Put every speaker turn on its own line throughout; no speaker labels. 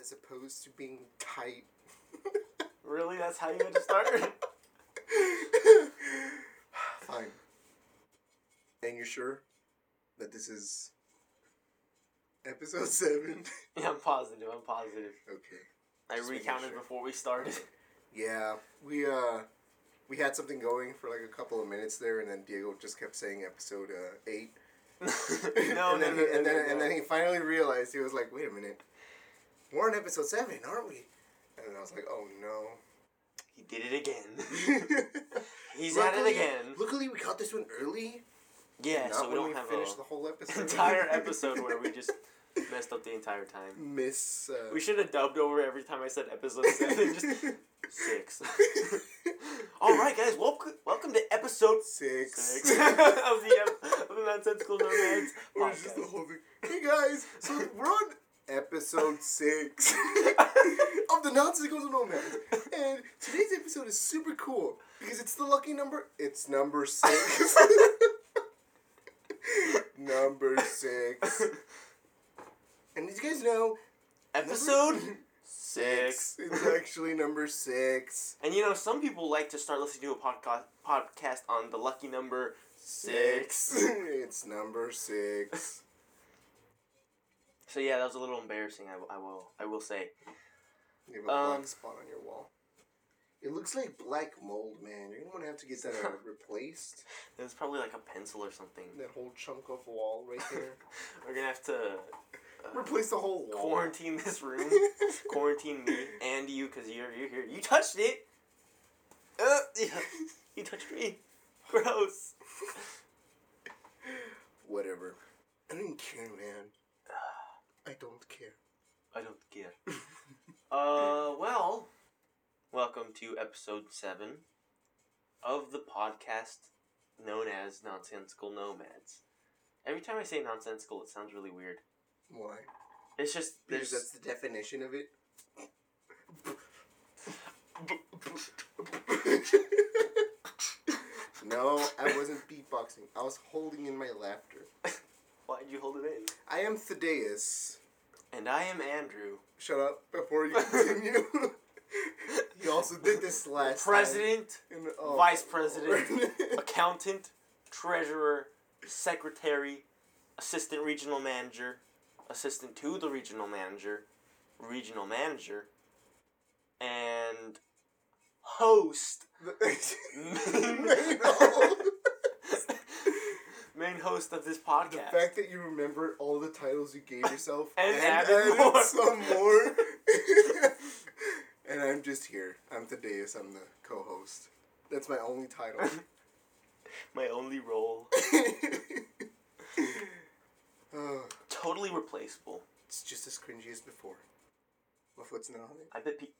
as opposed to being tight.
Really? That's how you had to start?
Fine. And you're sure that this is episode seven?
yeah, I'm positive. I'm positive.
okay.
I
Just making
recounted
sure.
before we started.
Yeah, we uh, we had something going for like a couple of minutes there, and then Diego just kept saying episode uh, eight.
no,
and
no,
then,
no,
he- and
no,
then,
no.
and then he finally realized he was like, "Wait a minute, we're on episode seven, aren't we?" And then I was like, "Oh no."
He did it again. He's at it
Luckily-
again.
Luckily, we caught this one early.
Yeah,
not
so we
when
don't
we
have
finished
a
the whole episode.
entire episode where we just messed up the entire time.
miss. Uh,
We should have dubbed over every time I said episode seven. Just six. All right, guys. Welcome, welcome to episode
six.
six of the ep- of the nonsensical nomads
Or it's just the
podcast.
whole thing. Hey guys, so we're on episode six of the Nonsensical Nomads, and today's episode is super cool because it's the lucky number. It's number six. number six. And did you guys know
episode six.
It's actually number six.
And you know, some people like to start listening to a podcast podcast on the lucky number six.
it's number six.
so yeah, that was a little embarrassing. I, will- I will I will say.
You have a black
Um,
spot on your wall. It looks like black mold, man. You're gonna have to get that uh, replaced.
It was probably like a pencil or something.
That whole chunk of wall right there.
We're gonna have to uh,
Replace the whole wall.
quarantine this room, quarantine me and you, cause you're you're here. You touched it. Uh, yeah. You touched me. Gross.
Whatever. I don't care, man. I don't care.
I don't care. uh, well, welcome to episode seven of the podcast known as Nonsensical Nomads. Every time I say nonsensical, it sounds really weird.
Why?
It's just
Because
there's
that's the definition of it. no, I wasn't beatboxing. I was holding in my laughter.
why would you hold it in?
I am Thaddeus.
And I am Andrew,
Shut up before you continue. he also did this last time.
president,
And- oh.
vice president, accountant, treasurer, secretary, assistant regional manager, assistant to the regional manager, regional manager, and host, main host of this
The
podcast.
fact that you remember all the titles you gave yourself
And added more.
some more. and I'm just here. I'm Thaddeus. I'm the co-host. That's my only title.
My only role,
Ugh,
totally replaceable.
Oh, it's just as cringy as before. My foot's not on it.
I bet pe-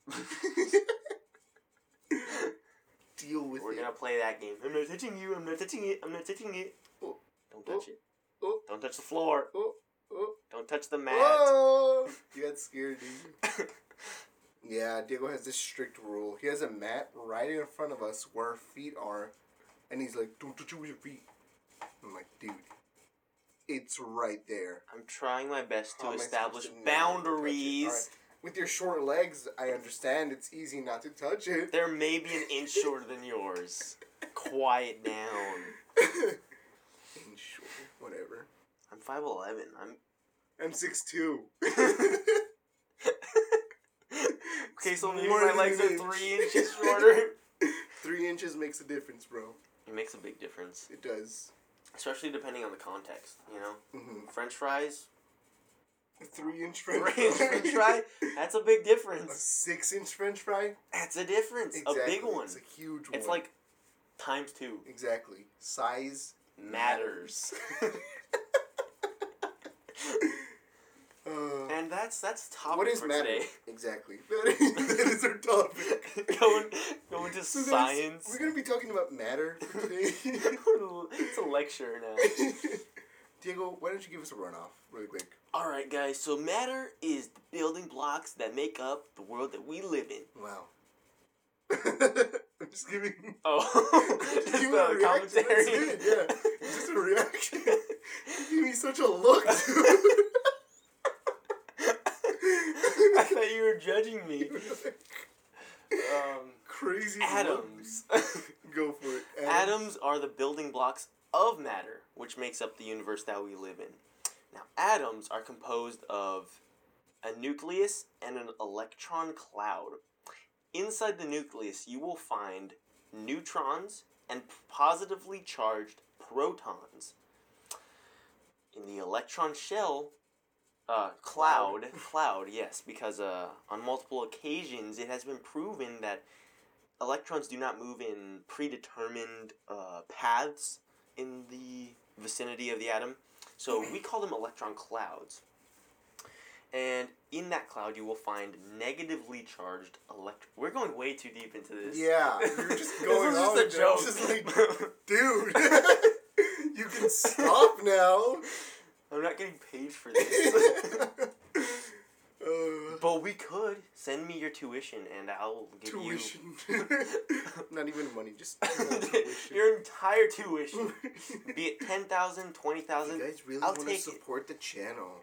Deal with
we're
it.
gonna play that game. I'm not touching you. I'm not touching it. I'm not touching it.
Oh.
Don't touch it.
Oh.
Don't touch the floor.
Oh, oh,
Don't touch the mat.
whoa! You got scared, did you? yeah, Diego has this strict rule. He has a mat right in front of us where our feet are, and he's like, "Don't touch it with your feet." I'm like, dude, it's right there.
I'm trying my best to
How am I
establish
supposed to know not to Oh, touch it?
boundaries.
Alright. With your short legs, I understand it's easy not to touch it.
There may be an inch shorter than yours. Quiet down.
And sure, whatever.
I'm five eleven. I'm
I'm six two.
okay. So maybe
More
my
than
legs
an
are
inch.
three inches shorter.
Three inches makes a difference, bro.
It makes a big difference,
It does.
especially depending on the context. You know,
hmm
French fries,
Three inch French
French fry. That's a big
A
difference.
six inch French fry?
That's a difference. A big one.
It's a huge one.
It's like times two
exactly size
matters,
Uh,
and that's that's topic
what is
for
matter?
today.
Exactly. That is, that is our topic.
going going to
So there's-
science.
We're gonna be talking about matter for today.
it's a lecture now.
Diego, why don't you give us a runoff really quick?
All right, guys. So matter is the building blocks that make up the world that we live in.
Wow. I'm just giving.
Oh, that's
giving a
the
reaction. That's
commentary.
it, yeah. It's just a reaction. you give me such a look. dude.
I thought you were judging me. Um,
Crazy
atoms.
lumps. Go for it.
atoms are the building blocks of matter, which makes up the universe that we live in. Now, atoms are composed of a nucleus and an electron cloud. Inside the nucleus, you will find neutrons and positively charged protons. In the electron shell, uh, cloud, cloud, yes, because uh, on multiple occasions it has been proven that electrons do not move in predetermined uh, paths in the vicinity of the atom. So we call them electron clouds. And in that cloud, you will find negatively charged elect. We're going way too deep into this.
Yeah, you're just going
this
on
was
with
just
it.
a joke.
Just like- Dude, you can stop now.
I'm not getting paid for this.
Uh,
but we could send me your tuition, and I'll give
tuition. Not even money, just
you
tuition.
your entire tuition.
you
Be it ten thousand, twenty thousand.
guys really
I'll
want to
take it.
support the channel.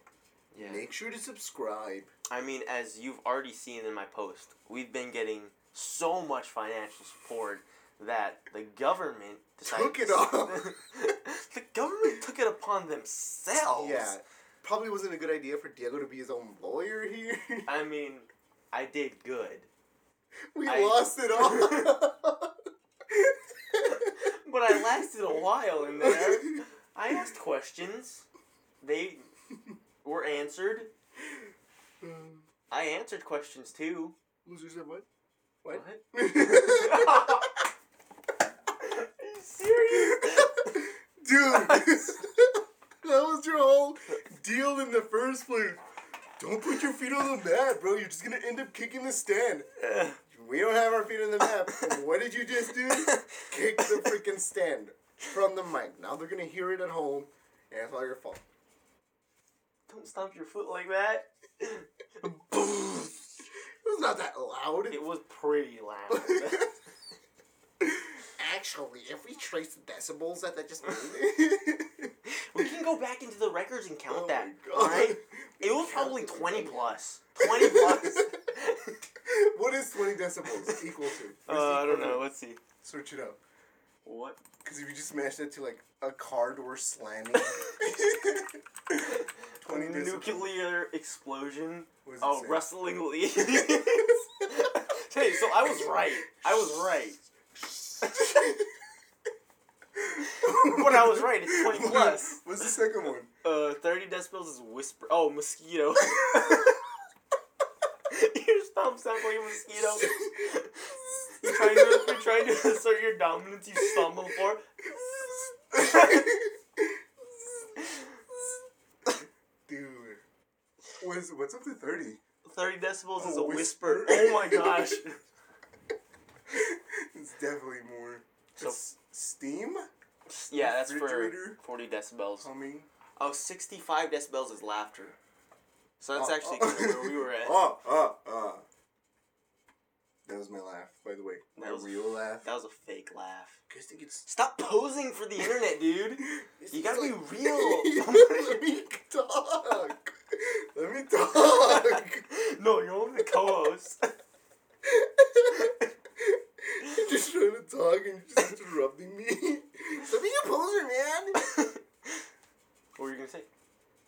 Yeah.
Make sure to subscribe.
I mean, as you've already seen in my post, we've been getting so much financial support that the government decided
Took it
to-
off.
the government took it upon themselves.
Yeah, probably wasn't a good idea for Diego to be his own lawyer here.
I mean, I did good,
we
I-
lost it all.
but I lasted a while in there. I asked questions. They were answered.
Um,
I answered questions too.
Losers have What?
What?
what?
Are you serious?
Dude, that was your whole deal in the first place. Don't put your feet on the mat, bro. You're just gonna end up kicking the stand. We don't have our feet on the mat. what did you just do? Kick the freaking stand from the mic. Now they're gonna hear it at home, and it's all your fault.
Don't stomp your foot like that.
It's not that loud.
It was pretty loud.
Actually, if we trace the decibels that that just made.
we can go back into the records and count
Oh my
that.
God.
Alright? It was
Count
probably
it.
20 plus. 20 plus.
what is 20 decibels equal to?
uh, I don't know. Let's see.
Search it up.
What?
Because if you just match that to like a car door slamming,
Oh,
20 decibels.
Nuclear explosion.
What does it
Oh,
say?
rustling leaves. hey, so I was right. I was right. But I was right. It's 20
What-
plus.
What's the second one?
Uh, 30 decibels is whisper. Oh, mosquito. your stomp sounds like a mosquito. You're trying to, you're trying to assert your dominance, you stumble on the floor.
Dude. What is, what's up to 30?
30 decibels is
A
a whisper.
whisper.
Oh my gosh.
It's definitely more.
So-
It's steam?
Yeah, that's for
Refrigerator?
40 decibels.
Humming?
Oh, 65 decibels is laughter. So that's
Oh,
actually
oh.
kinda where we were at.
Oh, oh, oh. That was my laugh, by the way. My
That was-
real laugh.
That was a fake laugh.
guys think it's.
Stop posing for the internet, dude. You gotta be real.
Let me talk. Let me talk.
no, you're only the co-host.
You're just trying to talk and you're just interrupting me. Stop being a poser, man.
what were you gonna say?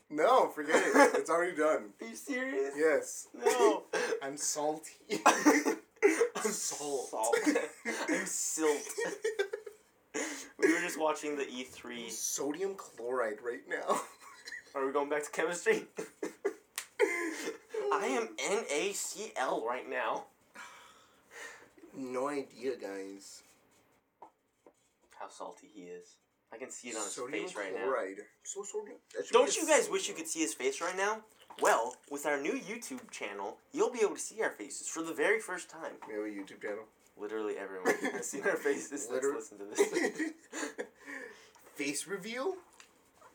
No, forget it. It's already done.
Are you serious?
Yes.
No.
I'm salty.
I'm
Salt.
salt. I'm silt. We were just watching the E E3.
Sodium chloride right now.
Are we going back to chemistry? I am NaCl right now.
No idea, guys.
How salty he is. I can see it on his
sodium
face right now.
chloride. So sodium. that should
Don't
be a
you guys
salt.
wish you could see his face right now? Well, with our new YouTube channel, you'll be able to see our faces for the very first time.
We have a YouTube channel.
Literally everyone has seen our faces. Let's
Liter-
listen to this.
Face reveal?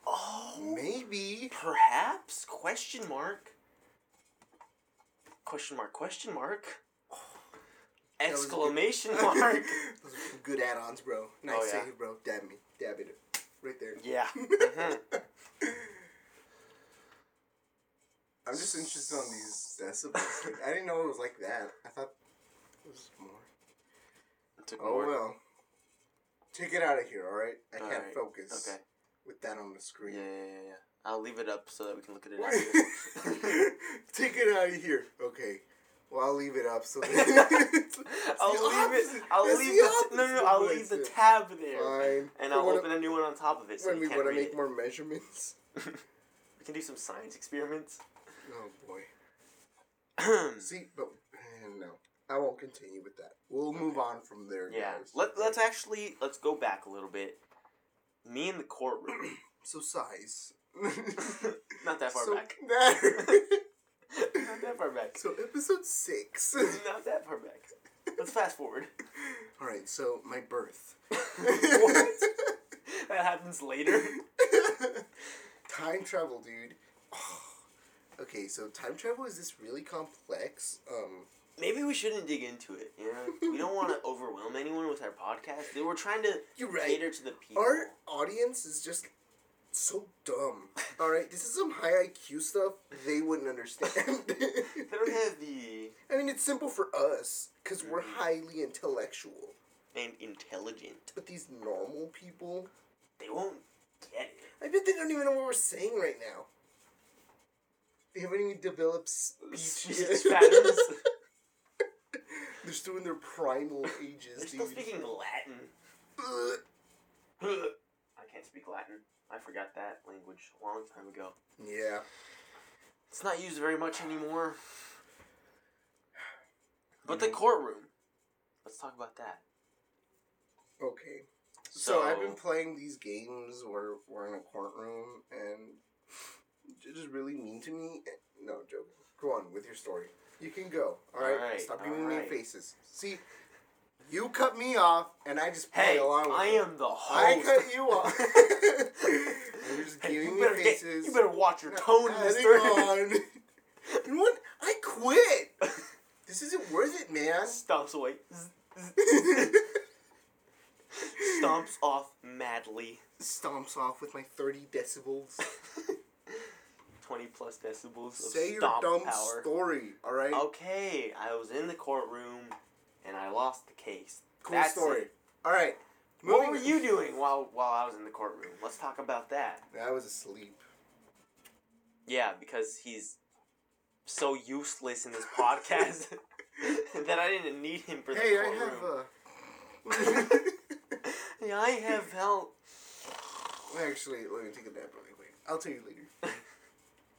Oh,
Maybe.
perhaps? Question mark. Question mark, question mark.
was a good-
Exclamation mark.
Those are some good add-ons, bro. Nice
Oh, yeah.
save, bro. Dab me. Dab it.
Mm-hmm.
Right there.
Yeah. Mhm.
I I'm just interested on these decibels. Like, I didn't know it was like that. I thought it was more.
It took
Oh
more.
well. Take it out of here, all right? I can't
Alright,
focus
Okay.
with that on the
Yeah,
screen.
yeah, yeah, yeah. I'll leave it up so that we can look at it after.
Take it out of here. Okay. Well, I'll leave it up. So
I'll leave it. I'll leave the t- no, no, no. I'll leave the tab there,
Fine.
and
For
I'll
when-
open a new one on top of it so
when
you
we
can't
want to
read
make
it.
more measurements.
We can do some science experiments.
Oh boy.
yeah,
See, but eh, no, I won't continue with that. We'll move on from there. guys.
let let's actually let's go back a little bit. Me in the courtroom,
So size.
not that far
so,
back. not that far back.
so episode six.
Not that far back. Let's fast forward.
All right. So my birth.
what? That happens later.
time travel, dude. okay, so time travel is this really complex? Um,
Maybe we shouldn't dig into it. You know, we don't want to overwhelm anyone with our podcast. We're trying to
You're right.
cater to the people.
our audience is just so dumb. All right, this is some high IQ stuff they wouldn't understand.
They don't have the
I mean, it's simple for us because we're highly intellectual,
and intelligent.
but these normal people,
They won't get it.
I bet they don't even know what we're saying right now. They haven't even developed speech,
Speech
yet.
patterns.
They're still in their primal ages.
They're still
dude.
speaking Latin.
Ugh.
I can't speak Latin. I forgot that language a long time ago.
Yeah.
It's not used very much anymore. But the courtroom. Let's talk about that.
Okay. So,
So,
I've been playing these games where we're in a courtroom and it's just really mean to me. No joke. Go on with your story. You can go. All right.
Alright,
Stop giving
alright.
me faces. See, you cut me off and I just play
hey,
along with
I
it.
am the
I
host.
cut you off. You're just
Hey,
giving
you,
me
better get-
faces.
you better watch your tone,
Adding
mister.
on. you know what? I quit. This isn't worth it, man.
Stomps away. Zzz, Stomps off madly.
Stomps off with my 30 decibels.
20 plus decibels of
Say your
stomp
dumb
power. Oh,
story, alright?
okay, I was in the courtroom and I lost the case.
cool
That's
story.
it.
Alright.
What were you doing while while I was in the courtroom? Let's talk about that.
I was asleep.
Yeah, because he's so useless in this podcast that I didn't need him for
Hey,
the
I uh,
courtroom.
have a.
yeah, I have help.
Actually, let me take a nap really quick. I'll tell you later.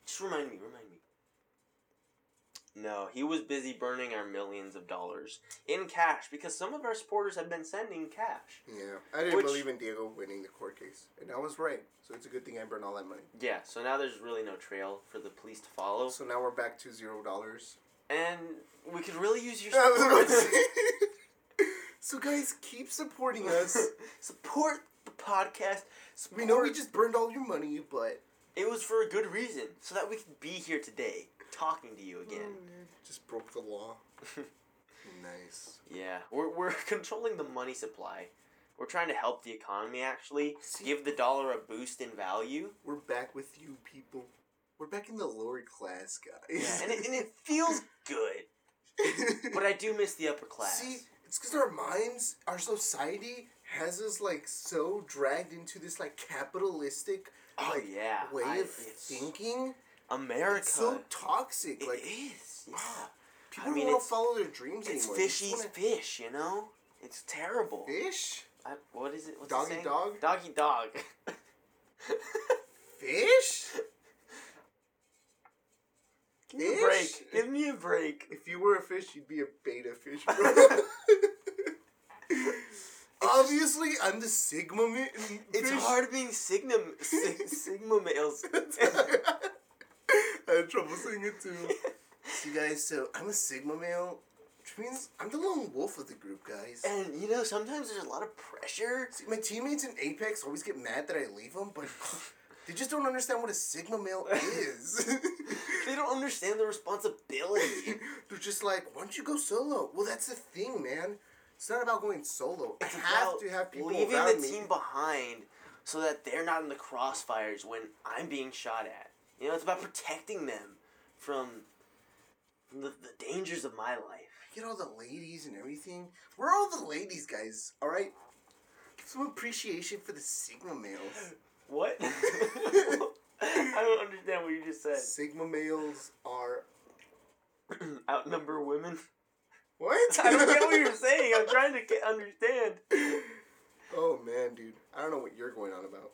Just remind me, remind me. No, he was busy burning our millions of dollars in cash because some of our supporters have been sending cash.
Yeah. I didn't
Which-
believe in Diego winning the court case. And I was right. So it's a good thing I burned all that money.
Yeah, so now there's really no trail for the police to follow,
So now we're back to zero dollars.
and we could really use your
I was about to
support.
say. so guys, keep supporting us.
support the podcast. Support.
We know we just burned all your money, but
It was for a good reason, so that we could be here today, talking to you again.
Mm.
Mm.
just broke the law. nice.
Yeah, we're, we're controlling the money supply. We're trying to help the economy, actually.
See-
Give the dollar a boost in value.
We're back with you people. We're back in the lower class, guys.
Yeah, and, it, and it feels good. But I do miss the upper class.
See, it's because our minds, our society has us like so dragged into this like capitalistic
Oh,
like
yeah,
way
I-
of
it's-
thinking.
America.
It's so toxic.
It
like
is, yeah.
people
mean,
don't want to
it's-
follow their dreams
It's
anymore. They just
fishy's
wanna-
fish, you know? It's terrible.
Fish?
I, what is it? What's
Doggy
it
dog?
Doggy dog.
Fish?
Give me a
Fish?
break. Give me a break.
If you were a fish, you'd be a beta fish, bro. Obviously, I'm the sigma man.
It's hard being Sigma, sig- Sigma males.
I had trouble saying it too. So, you guys, so I'm a sigma male, which means I'm the lone wolf of the group, guys.
and, you know, sometimes there's a lot of pressure.
See, my teammates in Apex always get mad that I leave them, but they just don't understand what a sigma male is.
They don't understand the responsibility.
They're just like, why don't you go solo? Well, that's the thing, man. It's not about going solo. I
It's
have
about
to have people
leaving
around
the
me.
team behind so that they're not in the crossfires when I'm being shot at. You know, it's about protecting them from from the, the dangers of my life.
Get all the ladies and everything. We're all the ladies, guys. All right. Give some appreciation for the Sigma males.
What? I don't understand what you just said.
Sigma males are
Outnumber women.
what?
I don't get what you're saying. I'm trying to get, understand.
Oh man, dude. I don't know what you're going on about.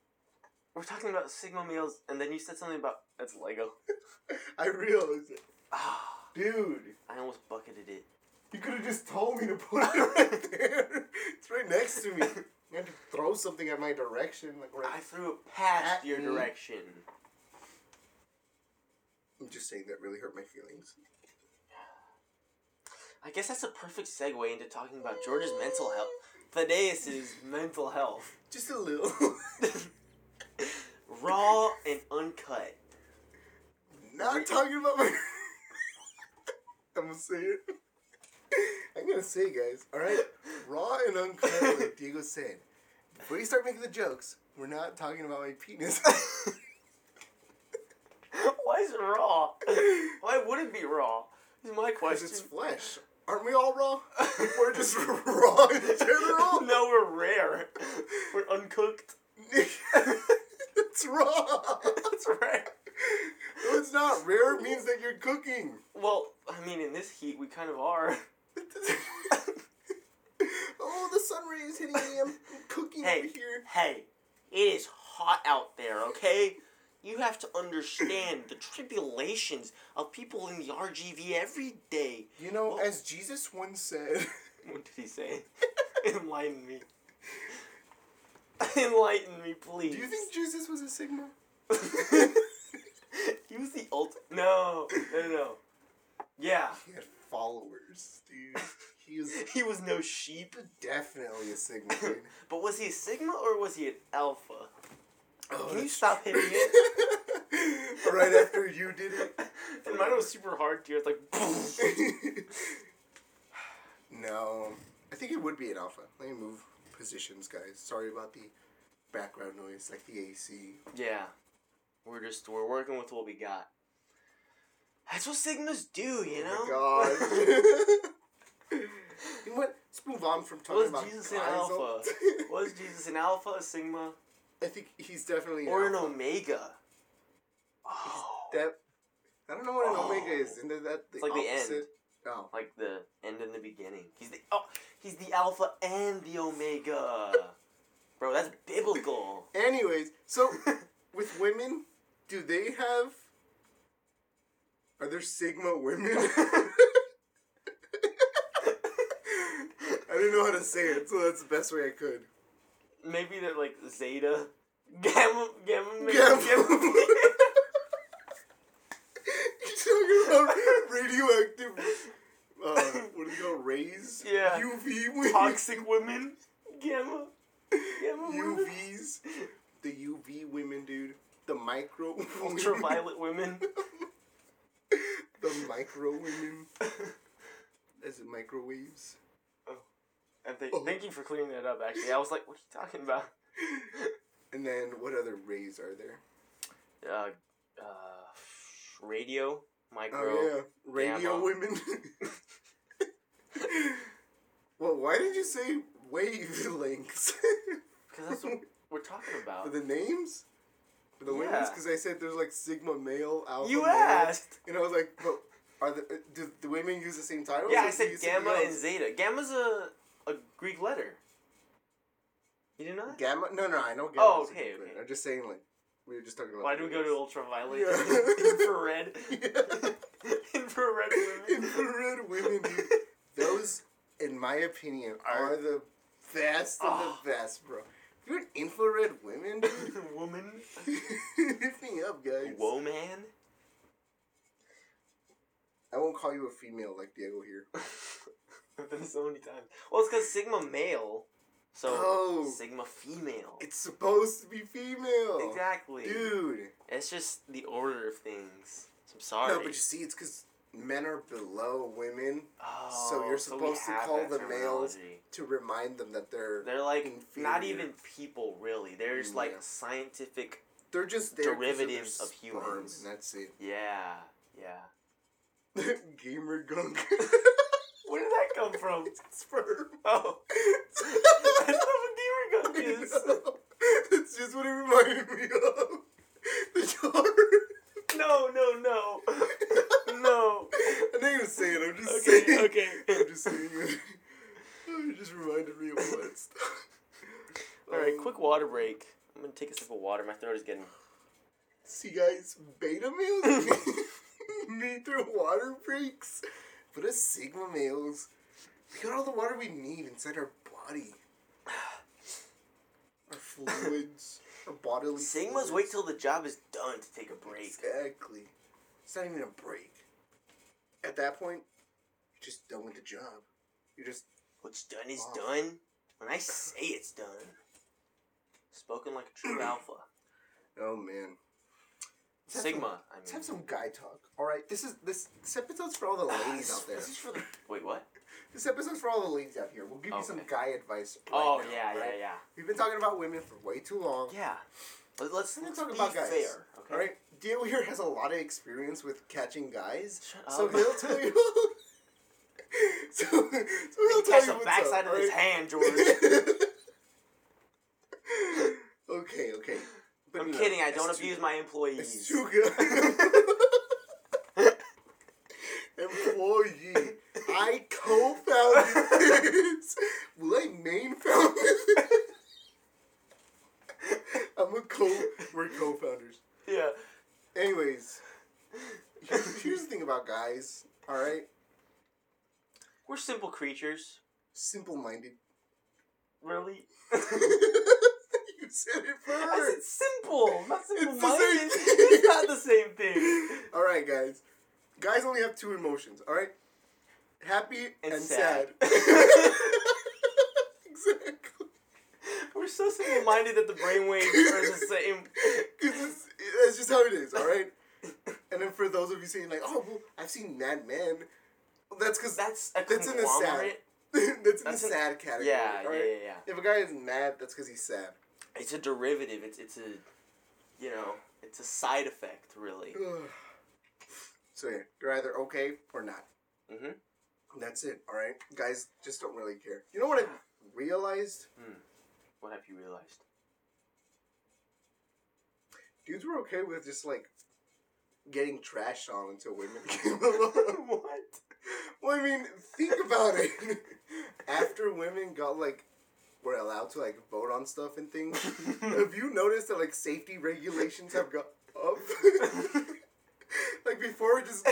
We're talking about Sigma males, and then you said something about that's Lego.
I realized it,
Ah,
dude.
I almost bucketed it.
You could have just told me to put it right there. It's right next to me. You had to throw something at my direction, like
I
right.
threw it past
At
your
me.
direction.
I'm just saying that really hurt my feelings.
I guess that's a perfect segue into talking about George's mental health. Thaddeus's mental health.
Just a little.
Raw and uncut.
Not talking about my. I'm gonna say it. I'm gonna say, guys. All right, raw and uncut, like Diego said. Before you start making the jokes, we're not talking about my penis.
Why is it raw? Why would it be raw? Is my
Because
question.
it's flesh. Aren't we all raw? We're just raw in general.
no, we're rare. We're uncooked.
it's raw.
That's right.
No, it's not. Rare means that you're cooking.
Well, I mean, in this heat, we kind of are.
oh, the sun rays hitting me. I'm cooking
Hey.
over here.
Hey, it is hot out there, okay? You have to understand the tribulations of people in the RGV every day.
You know,
Well-
as Jesus once said,
What did he say? Enlighten me. Enlighten me, please.
do you think Jesus was a Sigma?
he was the ultimate? No, no, no, no. Yeah,
He had followers, dude. He was
he was no sheep.
definitely a Sigma, dude.
But was he a sigma or was he an alpha?
Oh,
Can you
that's
stop hitting it?
true. right after you did it.
and mine was super hard too. It's like,
no, I think it would be an alpha. Let me move positions, guys. Sorry about the background noise, like the AC.
yeah. We're just we're working with what we got. That's what sigmas do, you know.
Oh my god. you know what? Let's move on from talking
Was
about
Jesus an
guys all-
alpha? was Jesus an alpha, a sigma,
I think he's definitely
or
an
an
alpha.
omega? Oh,
That- I don't know what an
Oh.
omega is. Isn't that the
It's like the end.
opposite? Oh.
like the end and the beginning. He's the oh, he's the alpha and the omega. Bro, that's biblical.
Anyways, so with women, do they have? Are there Sigma women? I didn't know how to say it, so that's the best way I could.
Maybe they're like Zeta, Gamma, Gamma, maybe
Gamma.
Gamma.
You're talking about radioactive. Uh, what do they call rays?
Yeah.
UV wings.
toxic women, Gamma, Gamma, women,
UVs. The UV women, dude. The micro. women.
ultraviolet women.
The micro women. As in microwaves.
And th-
Oh.
thank you for clearing that up. Actually, I was like, what are you talking about?
And then what other rays are there?
Uh, uh, radio, micro.
Oh yeah, radio
Gamma.
women. well, why did you say wavelengths?
Because that's what we're talking
For
about.
the names? For the women's?
Yeah.
Because I said there's like sigma male, alpha
You
male.
asked.
And I was like, but are the uh, do the women use the same titles?
Yeah,
or
I
do
said
you use something
gamma and
else?
zeta. Gamma's a a Greek letter. You didn't know that?
gamma. No, no, I know gamma.
Oh,
is a
okay,
different-
okay.
I'm just saying like we were just talking about.
Why
the
do we go to
names.
ultraviolet?
Yeah.
Infrared. Infrared women.
infrared women? Dude. Those, in my opinion, are,
Are-
the best
Oh.
of the best, bro. If you're an infrared women, dude,
Woman.
hit me up, guys.
Whoa, man.
I won't call you a female like Diego here.
I've been so many times. Well, it's because Sigma male, so
Oh.
Sigma female.
It's supposed to be female.
exactly.
Dude.
It's just the order of things. I'm sorry.
No, but you see, it's because men are below women
oh,
so you're
we
supposed to
have
call
that
the males-
terminology.
to remind them that they're
They're like not
Inferior.
even people, really. They're just like
Mm, Yeah.
scientific.
they're just there 'cause
derivatives
their
of
sperm,
humans.
And that's it.
Yeah. Yeah.
Gamer gunk.
Where did that come from?
Sperm.
Oh, that's not what
I
gamer gunk is.
know. It's just what it reminded me of. The jar.
No, no, no, no.
I'm not gonna say it. I'm just saying.
Okay, okay.
I'm just saying it. It just reminded me of all that stuff.
All right,
Um,
quick water break. I'm gonna take a sip of water. My throat is getting.
See, guys, beta males need their water breaks. But us sigma males, we got all the water we need inside our body. Our fluids, our bodily.
Sigmas
fluids.
wait till the job is done to take a break.
Exactly. It's not even a break. At that point, you're just done with the job. You're just
What's done is
Wow.
done. When I say it's done, spoken like a true alpha.
oh man. Let's have
Sigma. I
Let's
mean.
have some guy talk. All right, this is this this episode's for all the ladies out there.
Ah, This is for the. Wait, what?
This episode's for all the ladies out here. We'll give you some
Okay.
guy advice. Right
oh
now,
yeah,
right?
yeah,
We've been talking about women for way too long.
yeah, yeah. Let- Let's,
Let's
let's
talk
be
about guys.
fair. Okay.
All right, Dio here has a lot of experience with catching guys,
Shut
so
up.
he'll tell you. so, so he'll tell you
Catch the
what's
backside
up,
of his
right?
hand, George.
okay, okay. But
I'm
no,
kidding. I
it's
don't
too-
abuse my
It's
employees.
too good. Employee. I co-founded this. Well, I main founded this. I'm a co. We're co-founders.
yeah.
Anyways, here's, here's the thing about guys. All right,
We're simple creatures.
simple-minded.
Really?
you said it
I
first.
said simple, not
the
simple
same
minded.
thing.
It's not the same thing.
All right, guys. Guys only have two emotions. All right, happy and,
And
sad.
sad.
exactly.
We're so simple minded that the brainwaves are the same.
'Cause it's- That's just how it is. All right. And then for those of you saying like, oh, well, I've seen Mad Men. Well, that's because
That's a
That's in the sad.
conglomerate.
that's in
that's
the
an-
sad category.
Yeah,
all
yeah,
right?
yeah, yeah.
If a guy is mad, that's because he's sad.
It's a derivative. It's it's a, you know, it's a side effect, really.
Ugh. so yeah, you're either okay or not.
Mm-hmm.
That's it. All right, guys, just don't really care. You know what I realized?
What have you realized?
Dudes were okay with just like getting trashed on until women came along.
what?
well, I mean, think about it. After women got like were allowed to like vote on stuff and things, have you noticed that like safety regulations have gone up? like before, it just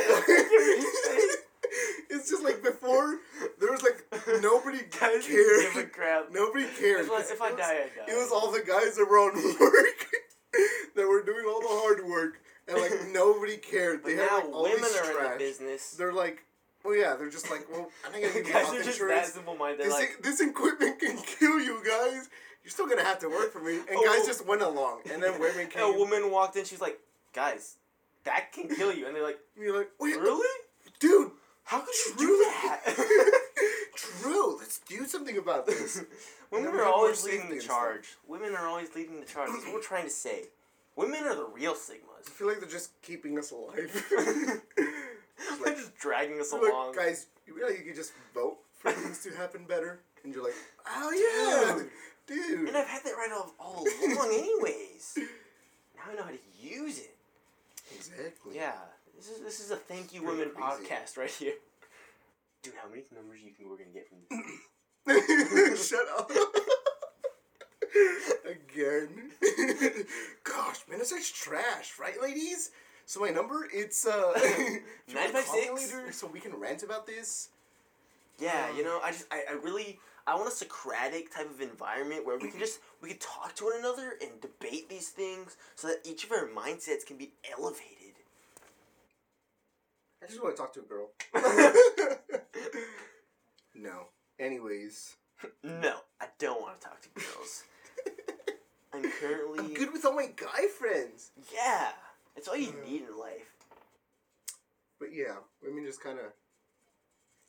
it's just like before there was like nobody
Guys,
cared.
give a crap.
Nobody cared.
If I, if I
It was-
die, I die.
It was all the guys that were on work that were doing all the hard work, and like nobody cared.
But
they
now
had like all
women
this
are
trash.
in the business.
They're like, well, yeah, they're just like, well, I'm not gonna give you
Guys
health
are just that
insurance.
simple minded.
This, e,
Like,
this equipment can kill you guys. You're still gonna have to work for me. And
Oh,
guys
well-
just went along, and then women came.
A woman walked in. She's like, "Guys, that can kill you." And they're like,
and you're like, wait,
"Really?
dude,
How could you
true
do that?"
true. Let's do something about this.
women
Never
are
had more
always
safety
leading the
and stuff.
charge. Women are always leading the charge. That's what we're trying to say. Women are the real
I
sigmas.
feel like they're just keeping us alive.
they're just dragging us
So like,
along.
guys, you really you could just vote for things to happen better, and you're like, oh yeah, dude.
and I've had that right off all along, anyways. Now I know how to use it.
exactly.
Yeah, this is this is a thank you
Pretty
women
crazy.
podcast right here. Dude, how many numbers you think we're gonna get from this?
Shut up. Again. Gosh, man, it's such trash, right, ladies? So my number, it's uh, if you wanna
956?
call me later so we can rant about this.
Yeah, you know, I just I, I really I want a Socratic type of environment where we can just we can talk to one another and debate these things so that each of our mindsets can be elevated.
I just want to talk to a girl. no. Anyways,
No, I don't want to talk to girls. I'm currently
I'm good with all my guy friends.
Yeah. It's all you
Yeah.
need in life.
But yeah, women just kind of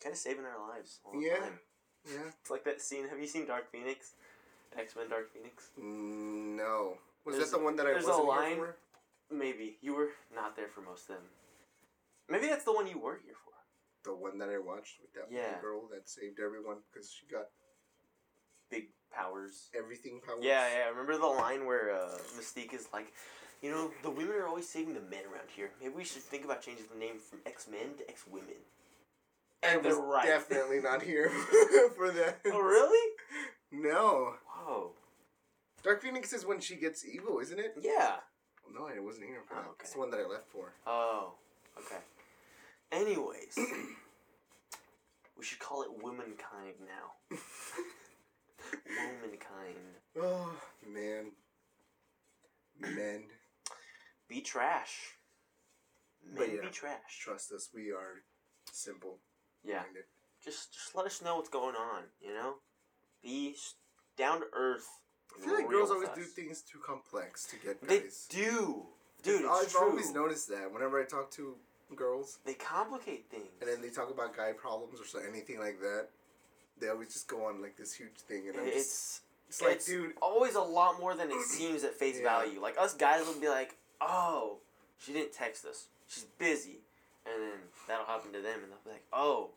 Kind of saving our lives all the
Yeah.
time.
yeah.
It's like that scene. Have you seen Dark Phoenix? X Men Dark Phoenix?
Mm, No. Was
There's-
that the one that I
there's a
wasn't
line-
here for?
Maybe. You were not there for most of them. Maybe that's the one you were here for.
The one that I watched with that
Yeah.
one girl that saved everyone because she got
Big powers.
everything powers.
Yeah, yeah. Remember the line where uh, Mystique is like, you know, the women are always saving the men around here. Maybe we should think about changing the name from X Men to X Women.
I
And
was
they're right.
definitely not here for that.
Oh, really?
No.
Whoa.
Dark Phoenix is when she gets evil, isn't it?
Yeah.
No, I wasn't here for
Oh,
that.
okay.
It's the one that I left for.
Oh, okay. Anyways, we should call it Womankind now. Womankind.
Oh, man. Men,
Be trash.
But
Men
yeah.
be trash.
trust us, we are simple
Yeah.
minded.
Just just let us know what's going on, you know? Be s- down to earth.
I feel like
Real
girls
with
always
us.
do things too complex to get
They
guys.
do. Dude, it's
I've
true.
always noticed that whenever I talk to girls
They complicate things.
and then they talk about guy problems or so, anything like that, they always just go on like this huge thing. And I'm just, it's,
it's
like,
it's
dude,
always a lot more than it seems at face
Yeah.
value. Like us guys will be like, "Oh, she didn't text us. She's busy," and then that'll happen to them, and they'll be like, "Oh,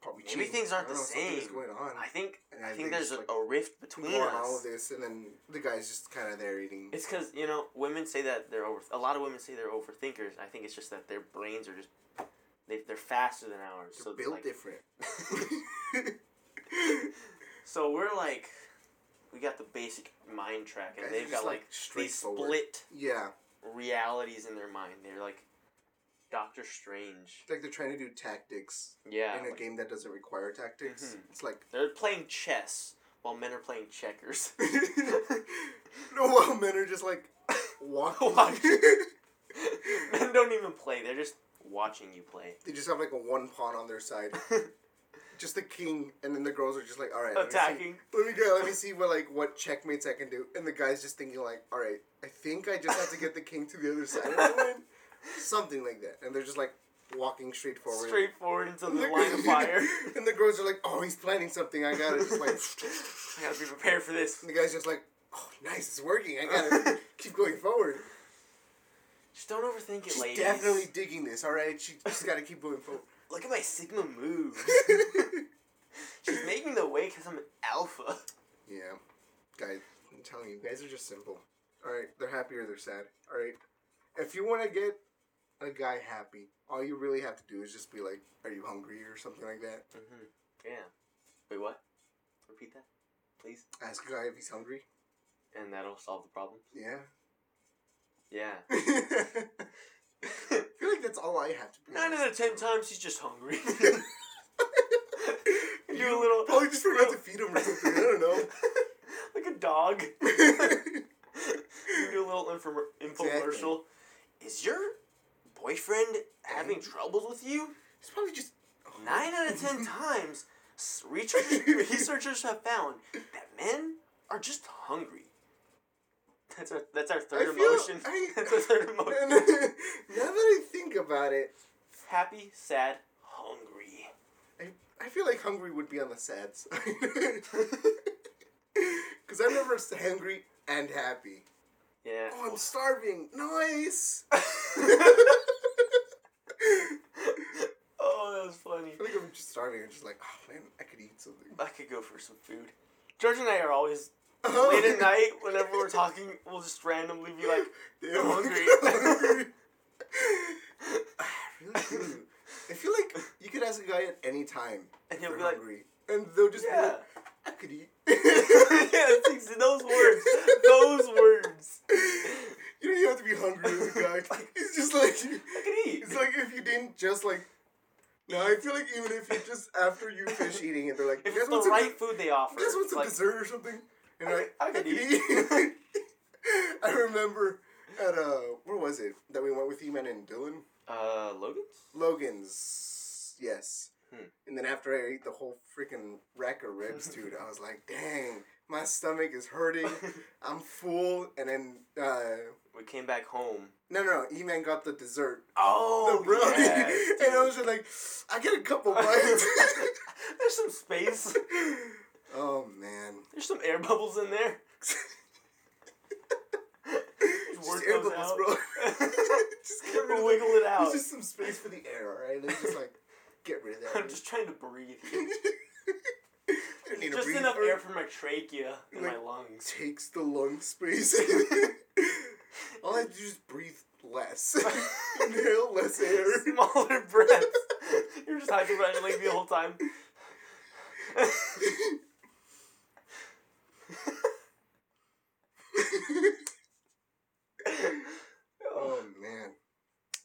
probably
maybe
cheating.
things aren't
I don't
the
know, something is
same.
going on.
I think
And
I,
I
think
think
there's
it's
a,
like
a rift
People
between
are on all of
us."
this, and then the guy's just kind of there eating.
It's because you know women say that they're over. A lot of women say they're overthinkers. I think it's just that their brains are just they they're faster than ours.
They're
so it's
built
like-
different.
So we're like, we got the basic mind track, and
Guys are
they've
just,
got
like,
like these
straightforward.
split
yeah,
realities in their mind. They're like Doctor Strange.
it's like they're trying to do tactics
Yeah.
in a
like,
game that doesn't require tactics.
Mhm.
It's like
They're playing chess while men are playing checkers.
no, while men are just like walking.
Walking. men don't even play, they're just watching you play.
they just have like a one pawn on their side, just the king, and then the girls are just like, all right, let me see-
Attacking.
Let me go. Let me see what like what checkmates I can do. And the guy's just thinking like, all right, I think I just have to get the king to the other side of the win, something like that. And they're just like walking straight forward.
Straight forward into the line of fire.
and the girls are like, oh, he's planning something. I gotta just like.
I gotta be prepared for this.
and the guy's just like, oh, nice, it's working. I gotta keep going forward.
Just don't overthink it,
She's
ladies.
definitely digging this. All right, she just gotta keep going forward.
Look at my Sigma moves. She's making the way because I'm an alpha.
yeah, guys, I'm telling you, guys are just simple. All right, they're happy or they're sad. All right, if you want to get a guy happy, all you really have to do is just be like, "Are you hungry?" or something like that.
Mm-hmm. Yeah. Wait, what? Repeat that, please.
Ask a guy if he's hungry.
And that'll solve the problem.
Yeah.
Yeah.
I feel like that's all I have to. be
Nine out of
honest,
ten
bro.
times he's just hungry.
You
Do a little.
probably just forgot to feed him or something. I don't know.
like a dog. you do a little infomer- infomercial. Is your boyfriend having troubles with you?
It's probably just
Nine out of ten times, s- researchers, researchers have found that men are just hungry. That's our that's our third
I feel-
emotion.
I-
that's our third emotion.
now that I think about it,
Happy, sad, hungry.
I, I feel like hungry would be on the sad side. Because I'm never s- hungry and happy.
Yeah.
Oh, I'm starving. Nice. I
oh, that was funny.
feel like I'm just starving. I'm just like, oh man, I could eat something.
I could go for some food. George and I are always
Oh.
late at night. Whenever we're talking, we'll just randomly be like,
Damn,
I'm hungry.
I really do. I feel like you could ask a guy at any time.
And
if
he'll
they're
be like,
hungry. and they'll just be
"Yeah."
like, I could eat.
yeah, things- those words, those words.
You don't even have to be hungry as a guy. It's just like
I could eat.
it's like if you didn't just like. No, I feel like even if you just after you finish eating it, they're like, you
If
guys
it's
want
the
some,
right food they offer,
you guys want
it's
some
like,
dessert or something? And
I-
I,
I
I,
could
could eat. I remember at uh, where was it that we went with E-Man and Dylan?
uh, Logan's.
Logan's, yes.
Hmm.
And then after I ate the whole freaking rack of ribs, dude, I was like, dang, my stomach is hurting. I'm full. And then, uh,
we came back home.
no, no, E Man got the dessert.
Oh,
the brownie.
yes,
and I
dude.
was just like, I get a couple bites.
There's some space.
oh, man.
There's some air bubbles in there. There's
Just air
comes
bubbles,
out.
bro. just get rid of
Wiggle it out.
There's just some space for the air, alright? Let's just like get rid of that.
I'm just trying to breathe. here.
I don't need to
Just
breathe.
enough air for my trachea and my
Like-
lungs.
takes the lung space. All I have to do is breathe less. Inhale less air.
Smaller breaths. You're just hyperventilating the whole time.
oh man.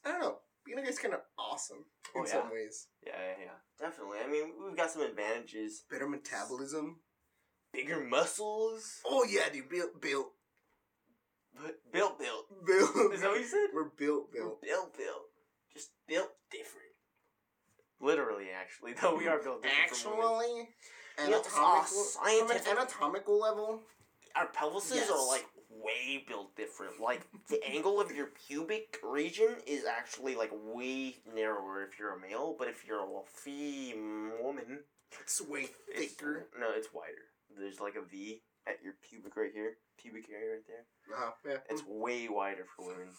I don't know. You know, it's kind of awesome in
Oh, yeah.
some ways.
Yeah, yeah, yeah. Definitely. I mean, we've got some advantages.
Better metabolism.
Bigger muscles.
Oh yeah, dude. Built, built,
But built, built.
built.
Is that what you said?
We're built,
We're
built.
built, built. Just built different. Literally, actually, though we are built different from women.
Actually,
You know, it's all
anatomical, from an
scientific-
anatomical level,
our pelvises are
Yes.
like way built different. Like the angle of your pubic region is actually like way narrower if you're a male, but if you're a fem woman,
it's way
it's,
thicker.
No, it's wider. There's like a V at your pubic right here, pubic area right there.
Uh, yeah.
It's way wider for women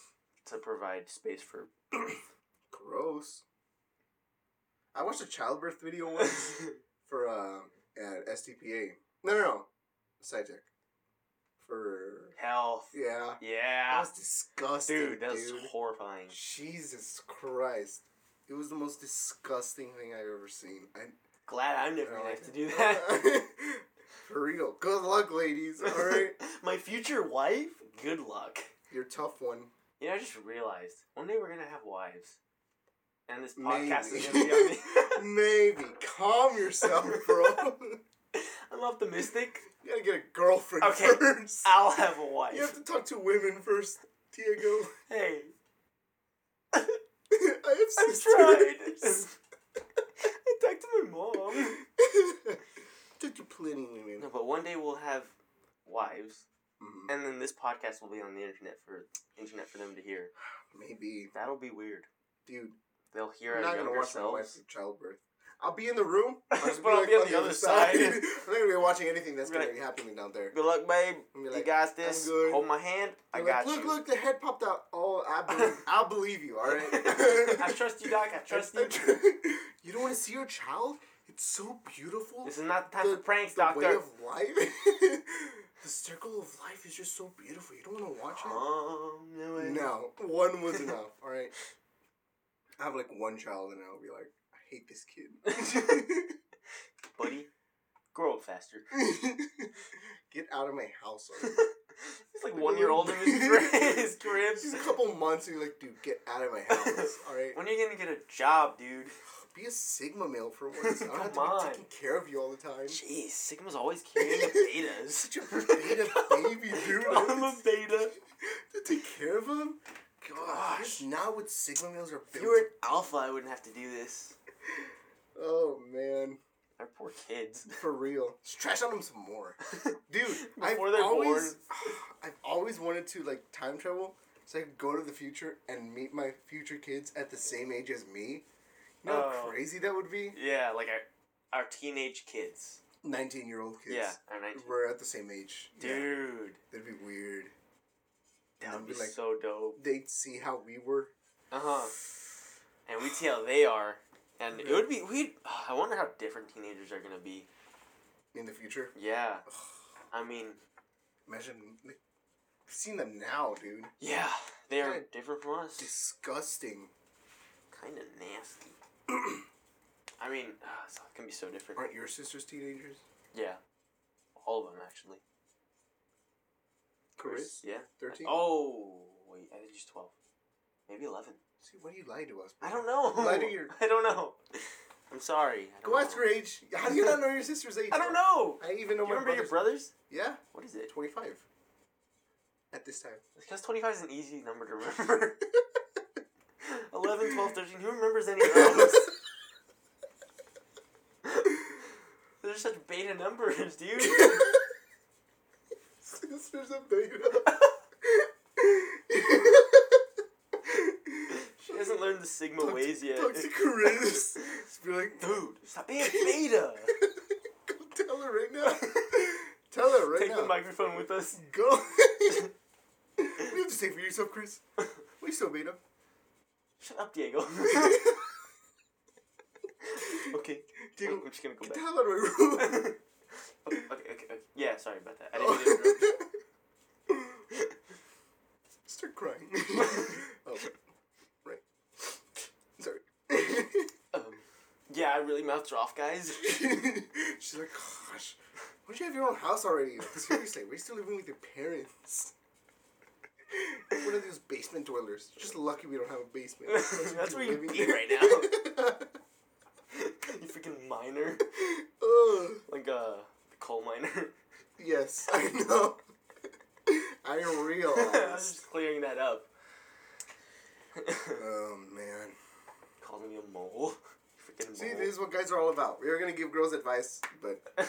to provide space for.
Gross. I watched a childbirth video once for um at STPA. No, no, no, SciTech. For
Health.
yeah, that
Yeah.
was disgusting,
Ah. Dude,
dude.
that was horrifying.
Jesus Christ, it was the most disgusting thing I've ever seen. I
Glad I'm
I
never
don't
gonna
like
have to
it.
do that.
for real. Good luck, ladies. All right,
My future wife? Good luck.
you're a tough one.
You know, I just realized one day we're gonna have wives, and this
Maybe.
podcast is gonna be on me.
Maybe calm yourself, bro.
I'm optimistic.
you gotta get a girlfriend
Okay.
first.
I'll have a wife.
You have to talk to women first, Diego.
Hey,
I have
I
sisters.
tried. I talked to my mom.
Talk to plenty of women.
No, but one day we'll have wives,
Mhm.
and then this podcast will be on the internet for internet for them to hear.
Maybe,
That'll be weird.
dude.
They'll hear
I'm
our
not gonna
younger
watch my wife
selves.
give childbirth. I'll be in the room, I'll just
But I'll be on the other side.
I'm not gonna be watching anything that's gonna
Right.
be happening down there.
Good luck,
I'm
babe.
gonna be
you
like,
got this.
good.
Hold my hand. I
I'm
got
like, look,
you.
look, the head popped out. Oh, I believe, I believe you. All right.
I trust you, Doc. I trust you.
you don't want to see your child? It's so beautiful.
This is not the time
The-
for pranks,
the way
Doctor.
of life. the circle of life is just so beautiful. You don't want to watch it.
Um, no, way.
No, one was enough. All right. I have like one child, and I'll be like, I hate this kid.
buddy, grow up faster.
Get out of my house. already.
He's like one year old in his, cri- his crib.
Just a couple months, and you're like, dude, get out of my house. All right.
When are you gonna get a job, dude?
Be a sigma male for once. I don't have to
Come
be
on.
taking care of you all the time.
Jeez, Sigma's always carrying the betas.
Such a beta baby, dude.
I'm a beta.
to take care of him.
Gosh.
not what Sigma males are
If
built.
you were an alpha, I wouldn't have to do this.
oh man,
Our poor kids.
for real. Just trash on him some more, dude. I've
Before they're
always,
born.
I've always wanted to like time travel so I could go to the future and meet my future kids at the same age as me. You know how
Oh.
crazy that would be.
Yeah, like our our teenage kids.
Nineteen year old kids.
Yeah, our nineteen.
We're at the same age. Yeah,
Dude,
that'd be weird.
that would
That'd
be
be like- Uh-huh.
so dope.
They'd see how we were.
Uh huh. And we'd see how they are, and it would be we. I wonder how different teenagers are gonna be.
in the future.
Yeah. I mean,
Imagine like, seeing them now, dude.
yeah, they are
Kinda
different from us.
Disgusting.
Kind of nasty. I mean, uh, it's it can be so different.
Aren't your sisters teenagers?
Yeah. All of them, actually.
Chris,
Yeah.
thirteen.
Oh, wait, I think she's 12. Maybe 11.
See, why do you lie to us?
I don't know.
Lie to your-
I don't know. I'm sorry. I don't
Go ask
know.
her age. How do you not know your sister's age?
I don't know.
I even know
Do you
my
remember your
brother's.
brothers?
yeah,
What is it?
twenty-five. At this time,
Because 25 is an easy number to remember. 11, 12, 13. Who remembers any of those? They're such beta numbers, dude.
sisters of data.
She hasn't learned the Sigma
Talk to-
ways yet.
Talk to Chris. Just be like,
Dude, stop being a beta.
Go tell her right now. tell her right
Take
now.
the microphone with us.
Go. You have to say for yourself, Chris. We still beat him.
Shut up, Diego. okay,
Diego,
I'm just gonna go
get
back.
the hell out of my room.
okay, okay, okay, okay. Yeah, sorry about that. I didn't mean to interrupt.
Start crying. oh, right. Sorry.
Um, yeah, I really mouthed her off, guys.
She's like, gosh, why don't you have your own house already? Like, Seriously, why are you still living with your parents? One of those basement dwellers. Just lucky we don't have a basement. Otherwise we'd
That's where you'd
living
be
there.
right now. you freaking miner,
Ugh.
like a coal miner.
Yes, I know. I
I was
realized.
just clearing that up.
oh man.
Calling me a mole. Freaking mole.
See, this is what guys are all about. We were gonna give girls advice, but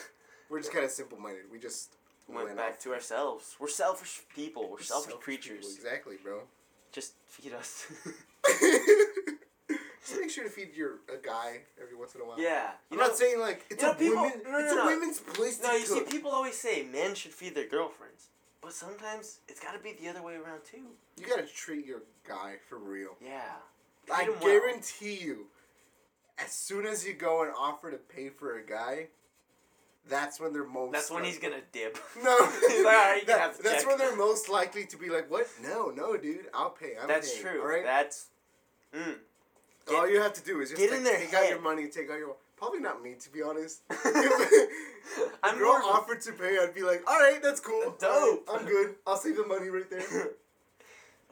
we're just kind of simple minded. We just
went, back to ourselves. We're selfish people. We're selfish, creatures.
people. Exactly, bro.
Just feed us.
just make sure to feed your a guy every once in a while.
yeah.
I'm
You know,
not saying like it's
you know,
a
people-
women.
no, no,
it's a
no.
women's place
no,
to
you see,
cook.
people always say men should feed their girlfriends. But sometimes it's gotta be the other way around, too.
you gotta treat your guy for real.
Yeah.
I
Treat 'em well.
guarantee you, as soon as you go and offer to pay for a guy, that's when they're most.
That's when he's
likely-
gonna dip.
No,
He's like, "All right, you can
That-
have the
that's
check."
when they're most likely to be like, "What? No, no, dude, I'll pay. I'm
That's
paying,
true.
All right,
That's. Mm. get-
all you have to do is just
get
like,
in their
take out
head.
your money, take out your probably not me to be honest.
I'm
I'm girl
more of a-
offered to pay, I'd be like, "All right, that's cool.
Dope.
I'm good. I'll save the money right there."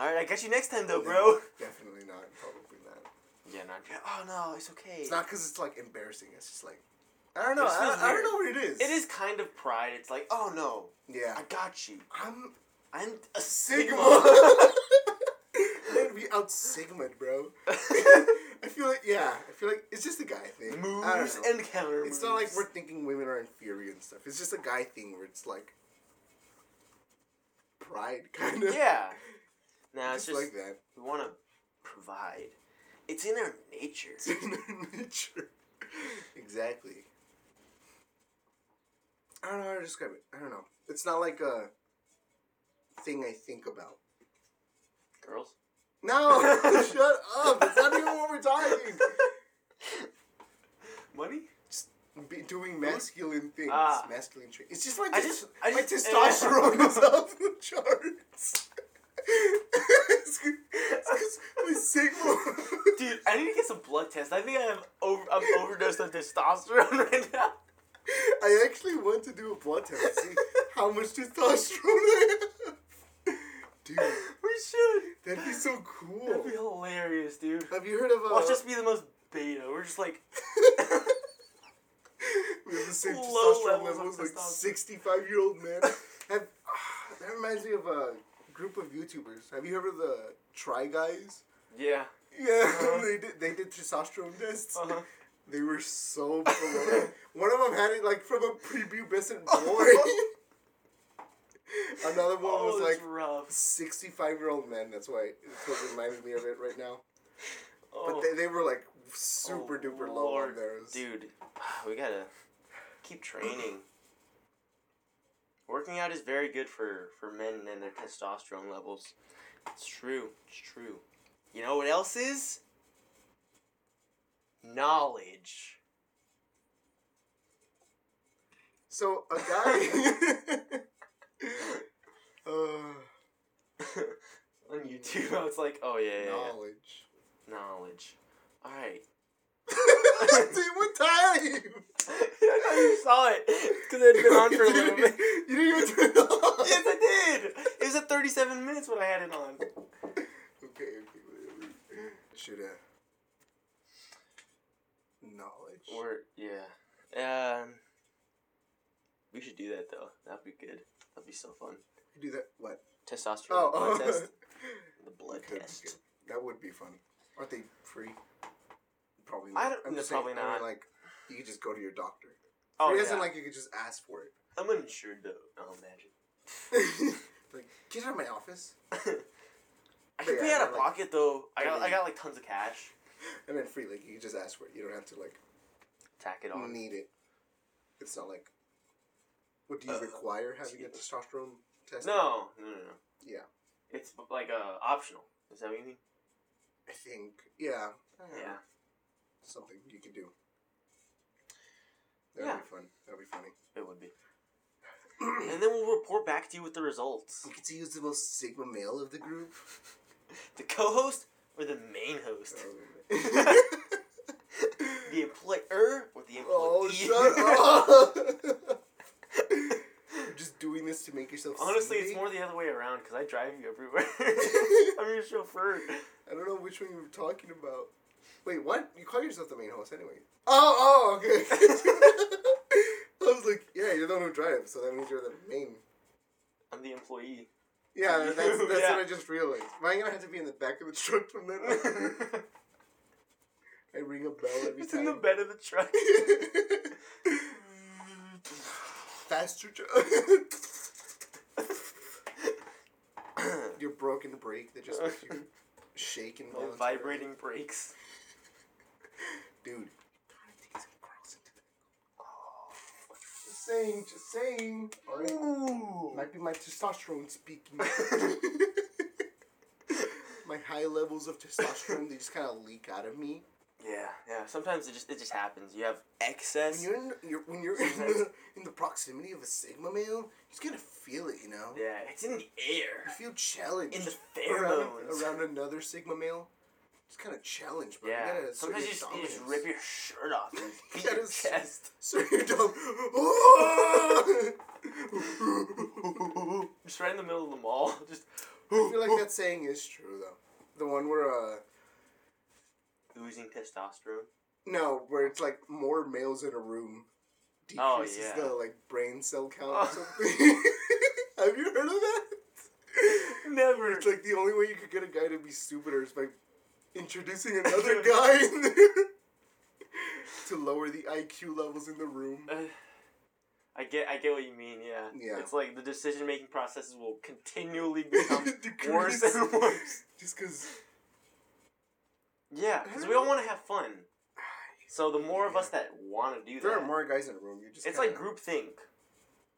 Alright, I got you next time, though, bro.
Definitely not. Probably not.
Yeah, not. Oh, no, it's okay.
It's not because it's like embarrassing. It's just like I don't know.
This
I,
feels
I don't
weird.
know what it is.
It is kind of pride. It's like, oh, no,
Yeah.
I got you.
I'm
I'm a Sigma.
Sigma. I'm gonna be out Sigmaed, bro. I feel like yeah. I feel like it's just a guy thing. I don't
moves
know.
and counter
It's not like
moves.
we're thinking women are inferior and stuff. It's just a guy thing where it's like pride, kind of.
Yeah. Now
Just,
it's
like
just
that.
we want to provide. It's in our nature.
It's in their nature. exactly. I don't know how to describe it. I don't know. It's not like a thing I think about.
Girls.
No, shut up. That's not even what we're talking.
Money.
Be doing masculine things,
Ah.
masculine traits. It's just my,
I
tes-
just- I
my
just-
testosterone is off the charts. it's because my signal.
Dude, I need to get some blood tests. I think I have over. I'm overdosed on testosterone right now.
I actually want to do a blood test to see how much testosterone I have. Dude,
We should.
that'd be so cool.
That'd be hilarious, dude.
Have you heard of uh, a?
Watch us be the most beta. We're just like
we have the same
Low
testosterone
levels of
levels like
testosterone.
sixty-five-year-old man. Have, ah, that reminds me of a group of YouTubers. Have you heard of the Try Guys?
yeah.
Yeah,
Uh-huh.
they did. They did testosterone tests.
Uh huh.
They were so blown. One of them had it like from a prepubescent boy. Another one
Oh,
was
that's
like
rough.
65 year old men. That's why that's what reminded me of it right now.
Oh,
But they, they were like super
Oh,
duper low on
Lord,
theirs.
dude, we gotta keep training. Working out is very good for for men and their testosterone levels. It's true. It's true. You know what else is? Knowledge.
So a guy. uh,
on YouTube, I was like, oh yeah, yeah, yeah.
knowledge.
knowledge. All right.
Dude, what time?
I saw it because it had been on for a
You
little
didn't-
bit.
You didn't even turn it on.
Yes, I did. It was at thirty-seven minutes when I had it on.
Okay, okay, whatever. Should uh knowledge.
Or yeah. Um We should do that though. That'd be good. That'd be so fun.
do that what?
Testosterone
Oh,
blood
oh.
test. The blood
Okay,
test.
okay. That would be fun. Aren't they free? Probably
I don't-
I'm
no,
just saying,
probably
I mean,
not.
like you could just go to your doctor.
Oh
Free
yeah.
as in, like you could just ask for it.
I'm uninsured though. Oh, imagine.
like, get out of my office.
I could
Yeah,
pay out
they're
of
like-
pocket though. I
they're
got, I
like-
got like tons of cash.
I mean free, like you could just ask for it. You don't have to like
Tack it on.
need it. It's not like what do you
Uh,
require having a
yeah. Mm-hmm.
testosterone test?
No, no, no, no.
Yeah.
It's like uh, optional. Is that what you mean?
I think. Yeah.
Yeah.
Something you could do. That'd
Yeah.
be fun. That'd be funny.
It would be. and then we'll report back to you with the results.
You could see who's the most Sigma male of the group.
The co-host or the main host?
Oh,
The employer or the employee?
oh, shut up! You're just doing this to make yourself.
Honestly, it's
seedy?
more the other way around because I drive you everywhere. I'm your chauffeur.
I don't know which one you were talking about. Wait, what? You call yourself the main host anyway? Oh, oh, okay. I was like, yeah, you're the one who drives, so that means you're the main.
I'm the employee.
Yeah, that's that's
Yeah.
what I just realized. Am I gonna have to be in the back of the truck from then on?
it's
I ring a bell every
in
time.
the bed of the truck.
Faster truck. your broken brake that just makes you shake and
No vibrating brakes.
dude.
Oh,
Just saying, just saying. Alright.
Ooh.
Might be my testosterone speaking. my high levels of testosterone, they just kind of leak out of me.
Yeah, yeah. Sometimes it just it just happens. You have
When
excess.
you're in, you're, when you're in, the, in the proximity of a Sigma male, he's gonna feel it, you know?
Yeah, it's in the
You
air.
feel challenged.
In the
around,
pheromones.
around another Sigma male, it's kind of challenged, bro.
Yeah.
You gotta assert
Sometimes
your
you just, you just
dominance.
rip your shirt off and beat
That
your
is-
chest.
So you're dumb.
Just right in the middle of the mall. Just
I feel like that saying is true though. The one where uh
losing testosterone.
no, where it's like more males in a room
Oh,
decreases
yeah.
the like brain cell count or
Oh.
something. Have you heard of that?
Never.
It's like the only way you could get a guy to be stupider is by introducing another guy in there to lower the IQ levels in the room.
Uh, I get I get what you mean, yeah.
Yeah.
It's like the decision making processes will continually become worse
Decrease.
and worse.
Just because
Yeah, because we all want to have fun. So the more of
Yeah.
us that want to do
if there
that,
are more guys in a room, you just
it's
kinda-
like group think.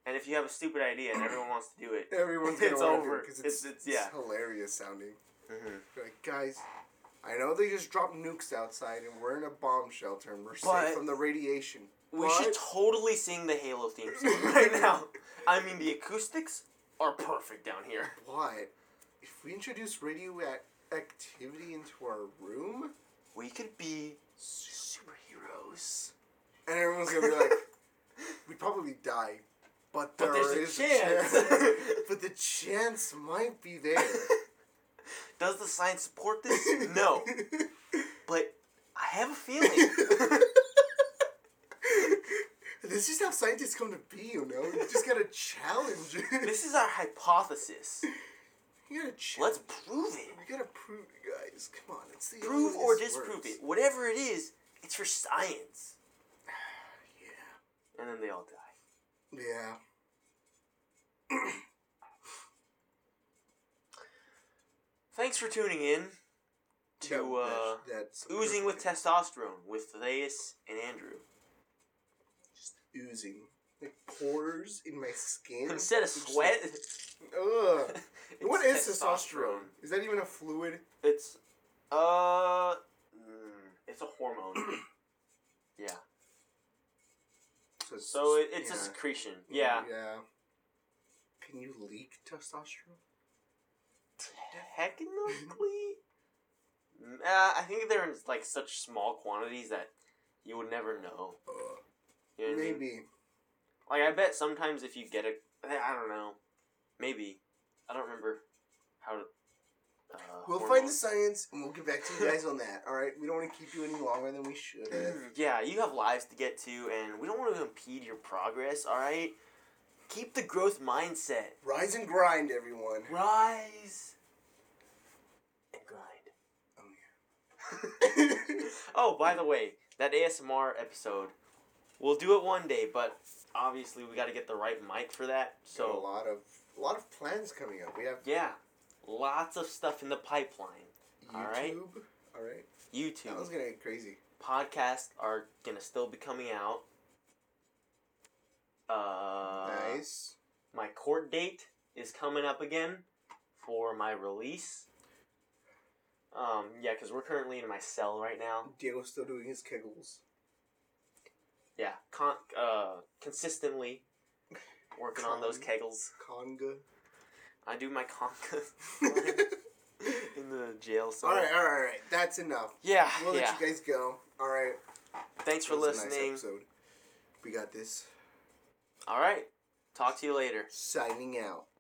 And if you have a stupid idea and everyone wants to do it,
Everyone's gonna
It's
wanna do
over.
it 'cause
It's- it's- yeah.
hilarious sounding.
Mhm.
You're Like guys, I know they just dropped nukes outside and we're in a bomb shelter and we're
But-
safe from the radiation.
we should
But-
totally sing the Halo theme song right now. I mean, the acoustics are perfect down here.
But if we introduce radioactivity into our room,
We could be superheroes.
and everyone's gonna be like, we probably die, but
But
there is
there's a chance.
but the chance might be there.
Does the science support this? No. But I have a feeling.
This is how scientists come to be, you know. You just gotta challenge it.
this is our hypothesis.
You gotta chill.
Let's prove it.
You gotta prove, guys. Come on, it's the
Prove
only
or
this
disprove
works.
it. Whatever it is, it's for science.
Yeah.
And then they all die.
Yeah.
Thanks for tuning in to uh,
that, that's
Oozing with Testosterone with Thais and Andrew.
just oozing. Like pores in my skin.
Instead of
It's just
sweat,
Like, ugh.
it's
what is testosterone? Is that even a fluid?
It's uh, mm, it's a hormone. yeah.
So it's,
So it, it's a
yeah.
secretion. Yeah.
Yeah. Can you leak testosterone?
Technically, Mm, uh, I think they're in like such small quantities that you would never know.
Ugh.
You know what I mean?
Maybe.
Like I bet sometimes if you get a, I don't know, maybe I don't remember how to. Uh,
We'll find
hormone-
the science and we'll get back to you guys on that. All right. We don't want to keep you any longer than we should. have.
Yeah, you have lives to get to, and we don't want to impede your progress. All right, keep the growth mindset.
Rise and grind, everyone.
Rise and grind.
Oh,
Oh, by the way, that ASMR episode, we'll do it one day, but obviously we got to get the right mic for that.
So a
So
lot of a lot of plans coming up. We have
yeah, lots of stuff in the pipeline.
YouTube.
All
All
right.
right. All right. That
YouTube
was gonna get crazy.
podcasts are gonna still be coming out. Uh,
nice.
My court date is coming up again for my release. Um, yeah, because we're currently in my cell right now.
Diego's still doing his kegels.
Yeah, con- uh, consistently working on those
Con-
kegels.
Conga.
I do my conga
all right,
in the jail cell.
all right, all right. That's enough.
Yeah,
We'll
yeah.
let you guys go. All right.
Thanks for
That was a nice
listening.
episode. We got this.
All right. Talk to you later.
Signing out.